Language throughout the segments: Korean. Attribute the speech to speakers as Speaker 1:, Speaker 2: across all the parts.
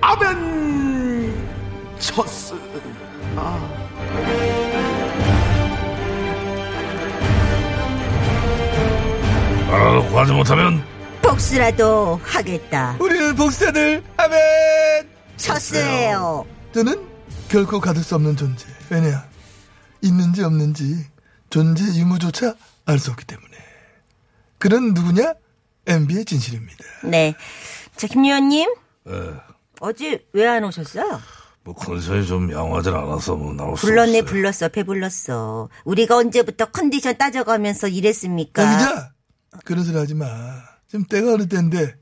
Speaker 1: 아벤처스.
Speaker 2: 나라로 구하지 못하면
Speaker 3: 복수라도 하겠다.
Speaker 4: 우리는 복사들 아멘
Speaker 3: 쳤어요.
Speaker 5: 저는 결코 가둘 수 없는 존재. 왜냐? 있는지 없는지 존재 유무조차 알 수 없기 때문에. 그는 누구냐? MB의 진실입니다.
Speaker 3: 네. 자, 김 의원님.
Speaker 5: 네.
Speaker 3: 어제 왜 안 오셨어요?
Speaker 2: 뭐 컨디션이 좀 양호하진 않아서 뭐 나올 수
Speaker 3: 불렀네,
Speaker 2: 없어요.
Speaker 3: 불렀어, 배불렀어. 우리가 언제부터 컨디션 따져가면서 이랬습니까?
Speaker 5: 자기자! 그런 소리 하지 마. 지금 때가 어느 때인데,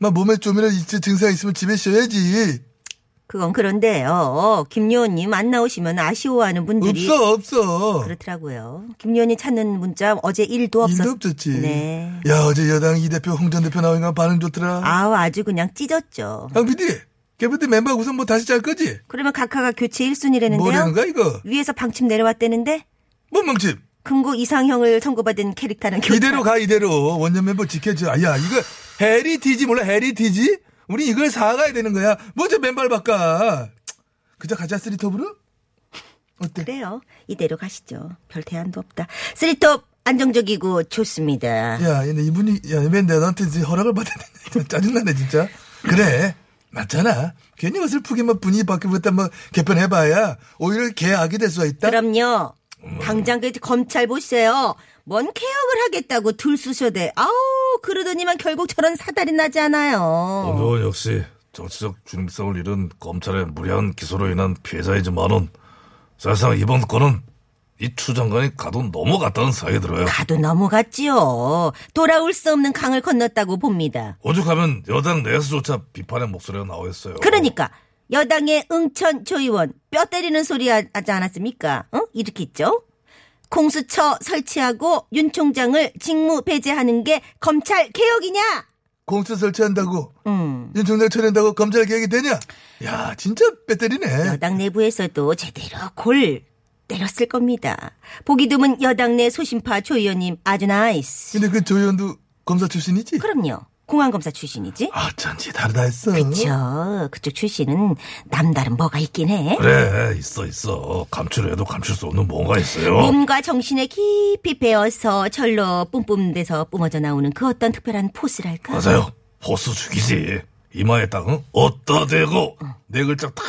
Speaker 5: 막 몸에 좀이라도 있- 증상 있으면 집에 쉬어야지.
Speaker 3: 그건 그런데요. 어, 김 의원님 안 나오시면 아쉬워하는 분들이
Speaker 5: 없어, 없어.
Speaker 3: 그렇더라고요. 김 의원님 찾는 문자 어제 일도 없었...
Speaker 5: 일도 없었지.
Speaker 3: 네.
Speaker 5: 야, 어제 여당 이 대표, 홍 전 대표 나오니까 반응 좋더라.
Speaker 3: 아우, 아주 그냥 찢었죠.
Speaker 5: 양 PD, 개부디 멤버 우선 뭐 다시 짤 거지?
Speaker 3: 그러면 각하가 교체
Speaker 5: 뭐라는
Speaker 3: 1순위라는데요.
Speaker 5: 거야, 이거?
Speaker 3: 위에서 방침 내려왔다는데
Speaker 5: 뭔 멍침?
Speaker 3: 금고 이상형을 선고받은 캐릭터는 교체.
Speaker 5: 이대로 가 이대로 원년 멤버 지켜줘. 야 이거 헤리티지 몰라 헤리티지? 우리 이걸 사가야 되는 거야. 먼저 맨발 바꿔. 그저 가자 쓰리톱으로? 어때?
Speaker 3: 그래요. 이대로 가시죠. 별 대안도 없다. 쓰리톱 안정적이고 좋습니다.
Speaker 5: 야 근데 이분이 야맨 내가 너한테 이제 허락을 받았는데 짜증나네 진짜. 그래 맞잖아. 괜히 어설프게만 분위기 바뀌었다 뭐 개편해봐야 오히려 개악이 될 수가 있다.
Speaker 3: 그럼요. 당장 그 검찰 보세요. 뭔 개혁을 하겠다고 들쑤셔대. 아우 그러더니만 결국 저런 사달이 나지 않아요.
Speaker 2: 엄정원 어, 뭐 역시 정치적 중립성을 잃은 검찰의 무리한 기소로 인한 피해자이지만은 사실상 이번 건은 이 추 장관이 가도 넘어갔다는 생각이 들어요.
Speaker 3: 가도 넘어갔지요. 돌아올 수 없는 강을 건넜다고 봅니다.
Speaker 2: 오죽하면 여당 내에서조차 비판의 목소리가 나오겠어요.
Speaker 3: 그러니까 여당의 응천 조의원 뼈 때리는 소리 하- 하지 않았습니까? 어? 이렇게 했죠. 공수처 설치하고 윤 총장을 직무 배제하는 게 검찰 개혁이냐?
Speaker 5: 공수 설치한다고
Speaker 3: 음.
Speaker 5: 윤 총장 쳐낸다고 검찰 개혁이 되냐? 야 진짜 빼때리네.
Speaker 3: 여당 내부에서도 제대로 골 때렸을 겁니다. 보기 드문 여당 내 소신파 조 의원님 아주 나이스.
Speaker 5: 근데 그 조 의원도 검사 출신이지?
Speaker 3: 그럼요. 공안검사 출신이지?
Speaker 2: 아,
Speaker 5: 어쩐지 다르다 했어.
Speaker 3: 그쵸. 그쪽 출신은 남다른 뭐가 있긴 해.
Speaker 2: 그래 있어 있어 감추려 해도 감출 수 없는 뭔가 있어요.
Speaker 3: 몸과 정신에 깊이 배어서 절로 뿜뿜돼서 뿜어져 나오는 그 어떤 특별한 포스랄까?
Speaker 2: 맞아요. 보스 죽이지. 이마에 땅은 어따 대고 네 글자 탁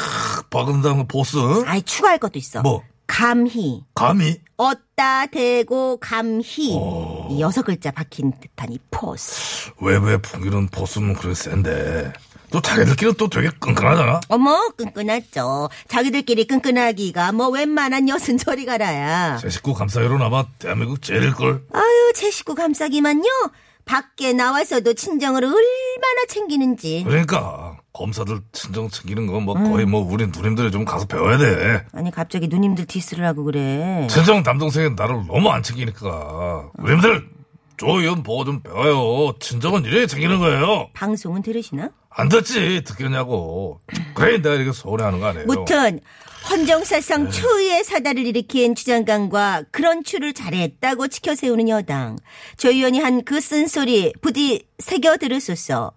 Speaker 2: 박은 다음 보스 응?
Speaker 3: 아이, 추가할 것도 있어.
Speaker 2: 뭐?
Speaker 3: 감히.
Speaker 2: 감히
Speaker 3: 어따 대고 감히.
Speaker 2: 어.
Speaker 3: 이 여섯 글자 박힌 듯한 이 포스.
Speaker 2: 외부에 풍기는 보스는 그래 센데 또 자기들끼리 또 되게 끈끈하잖아.
Speaker 3: 어머, 끈끈하죠. 자기들끼리 끈끈하기가 뭐 웬만한 여순 저리 가라야.
Speaker 2: 제 식구 감싸기로는 아마 대한민국 제일걸.
Speaker 3: 아유, 제 식구 감싸기만요. 밖에 나와서도 친정을 얼마나 챙기는지.
Speaker 2: 그러니까 검사들 친정 챙기는 건 뭐
Speaker 3: 음.
Speaker 2: 거의 뭐 우리 누님들이 좀 가서 배워야 돼.
Speaker 3: 아니, 갑자기 누님들 디스를 하고 그래.
Speaker 2: 친정 남동생이 나를 너무 안 챙기니까 누님들 조 의원 보고 좀 배워요. 친정은 이래 챙기는 거예요.
Speaker 3: 방송은 들으시나?
Speaker 2: 안 듣지 듣겠냐고. 그래 내가 이렇게 서운해하는 거 아니에요. 네.
Speaker 3: 무튼 헌정사상 초유의 사달을 일으킨 주장관과 그런 추를 잘했다고 치켜세우는 여당 조 의원이 한 그 쓴소리 부디 새겨 들으소서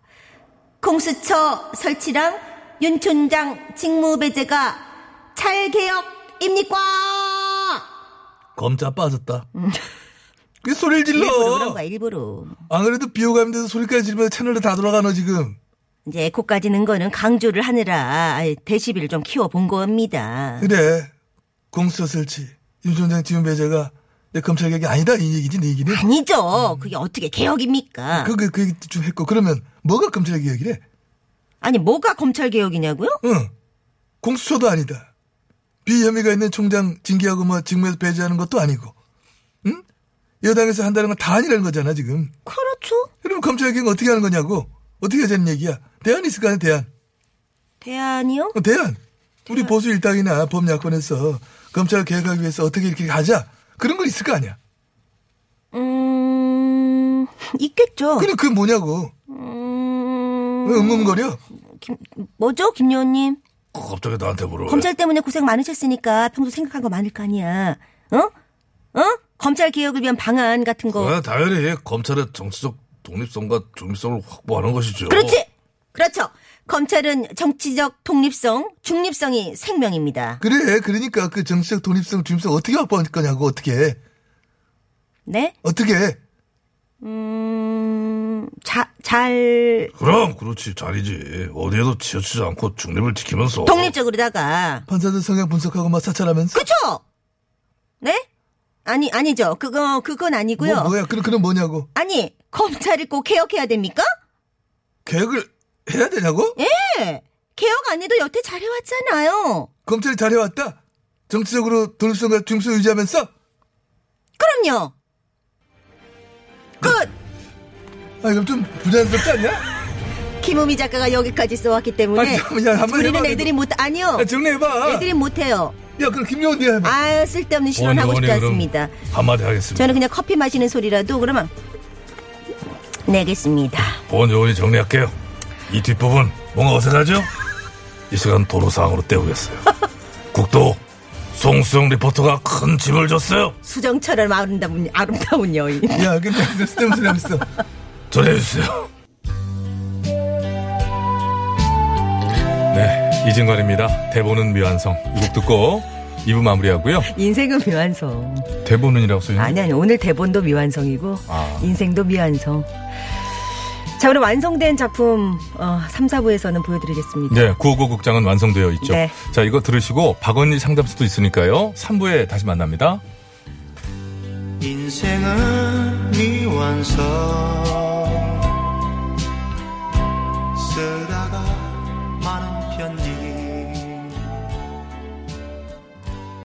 Speaker 3: 공수처 설치랑 윤촌장 직무배제가 찰개혁입니까?
Speaker 2: 검자 빠졌다.
Speaker 5: 그 소리를 질러.
Speaker 3: 일부러 음. 그런 거야 일부러
Speaker 5: 안 그래도 비호감인데도 소리까지 지르면서 채널로 다 돌아가 너 지금.
Speaker 3: 이제 코까지 는 거는 강조를 하느라 데시비를 좀 키워본 겁니다
Speaker 5: 그래. 공수처 설치. 윤 총장 지원 배제가 내 검찰 개혁이 아니다 이 얘기지 내 얘기는.
Speaker 3: 아니죠 그게 어떻게 개혁입니까
Speaker 5: 그그 그 얘기 좀 했고 그러면 뭐가 검찰 개혁이래?
Speaker 3: 아니 뭐가 검찰개혁이냐고요?
Speaker 5: 응. 공수처도 아니다. 비혐의가 있는 총장 징계하고 뭐 직무에서 배제하는 것도 아니고. 응? 여당에서 한다는 건 다 아니라는 거잖아 지금.
Speaker 3: 그렇죠.
Speaker 5: 그럼 검찰 개혁 어떻게 하는 거냐고. 어떻게 하자는 얘기야. 대안이 있을 거 아니야 대안.
Speaker 3: 대안이요?
Speaker 5: 어, 대안. 우리 보수 일당이나 범야권에서 검찰 개혁하기 위해서 어떻게 이렇게 가자. 그런 거 있을 거 아니야.
Speaker 3: 음, 있겠죠.
Speaker 5: 근데 그게 뭐냐고.
Speaker 3: 음,
Speaker 5: 왜 웅웅거려?
Speaker 3: 김- 뭐죠, 김여원님?
Speaker 2: 그거 갑자기 나한테 물어봐.
Speaker 3: 검찰 때문에 고생 많으셨으니까 평소 생각한 거 많을 거 아니야. 어? 어? 검찰 개혁을 위한 방안 같은 거.
Speaker 2: 네, 당연히 검찰의 정치적 독립성과 중립성을 확보하는 것이죠.
Speaker 3: 그렇지. 그렇죠. 검찰은 정치적 독립성, 중립성이 생명입니다.
Speaker 5: 그래. 그러니까 그 정치적 독립성, 중립성 어떻게 확보할 거냐고. 어떻게.
Speaker 3: 네?
Speaker 5: 어떻게.
Speaker 3: 음, 자, 잘
Speaker 2: 그럼 그렇지 잘이지. 어디에도 치우치지 않고 중립을 지키면서
Speaker 3: 독립적으로다가.
Speaker 5: 판사들 성향 분석하고 막 사찰하면서.
Speaker 3: 그쵸? 네? 아니, 아니죠. 그거 그건 아니고요.
Speaker 5: 뭐, 뭐야. 그럼, 그럼 뭐냐고.
Speaker 3: 아니, 검찰을 꼭 개혁해야 됩니까?
Speaker 5: 개혁을 해야 되냐고?
Speaker 3: 예. 개혁 안 해도 여태 잘 해왔잖아요.
Speaker 5: 검찰이 잘해왔다? 정치적으로 독립성과 중립성 유지하면서? 아,
Speaker 3: 그럼요. 끝.
Speaker 5: 아, 이거 좀 부자연스럽지 않냐?
Speaker 3: 김우미 작가가 여기까지 써왔기 때문에
Speaker 5: 아니, 잠깐만, 야, 한번
Speaker 3: 우리는
Speaker 5: 해봐.
Speaker 3: 애들이 못 아니요.
Speaker 5: 야, 정리해봐.
Speaker 3: 애들이 못해요.
Speaker 5: 야, 그럼 김용훈 네가 해봐.
Speaker 3: 아 쓸데없는
Speaker 2: 의원님,
Speaker 3: 실언하고 싶지
Speaker 2: 의원님, 그럼
Speaker 3: 않습니다.
Speaker 2: 한마디 하겠습니다.
Speaker 3: 저는 그냥 커피 마시는 소리라도 그러면 내겠습니다.
Speaker 2: 본 요원이 정리할게요. 이 뒷부분 뭔가 어색하죠? 이 시간 도로 상황으로 때우겠어요. 국도 송수영 리포터가 큰 짐을 줬어요.
Speaker 3: 수정처럼 아름다운 아름다운 여인.
Speaker 5: 야, 근데 쓸데없는 소리 하고 있어.
Speaker 2: 전해주세요.
Speaker 4: 네, 이진관입니다. 대본은 미완성. 이 곡 듣고 2부 마무리하고요.
Speaker 6: 인생은 미완성.
Speaker 4: 대본은이라고 써있는
Speaker 6: 아니 아니 오늘 대본도 미완성이고
Speaker 4: 아.
Speaker 6: 인생도 미완성. 자 오늘 완성된 작품 어, 3, 4부에서는 보여드리겠습니다.
Speaker 4: 네, 955 국장은 완성되어 있죠.
Speaker 6: 네.
Speaker 4: 자, 이거 들으시고 박원리 상담소도 있으니까요. 3부에 다시 만납니다.
Speaker 7: 인생은 미완성 쓰다가 많은 편지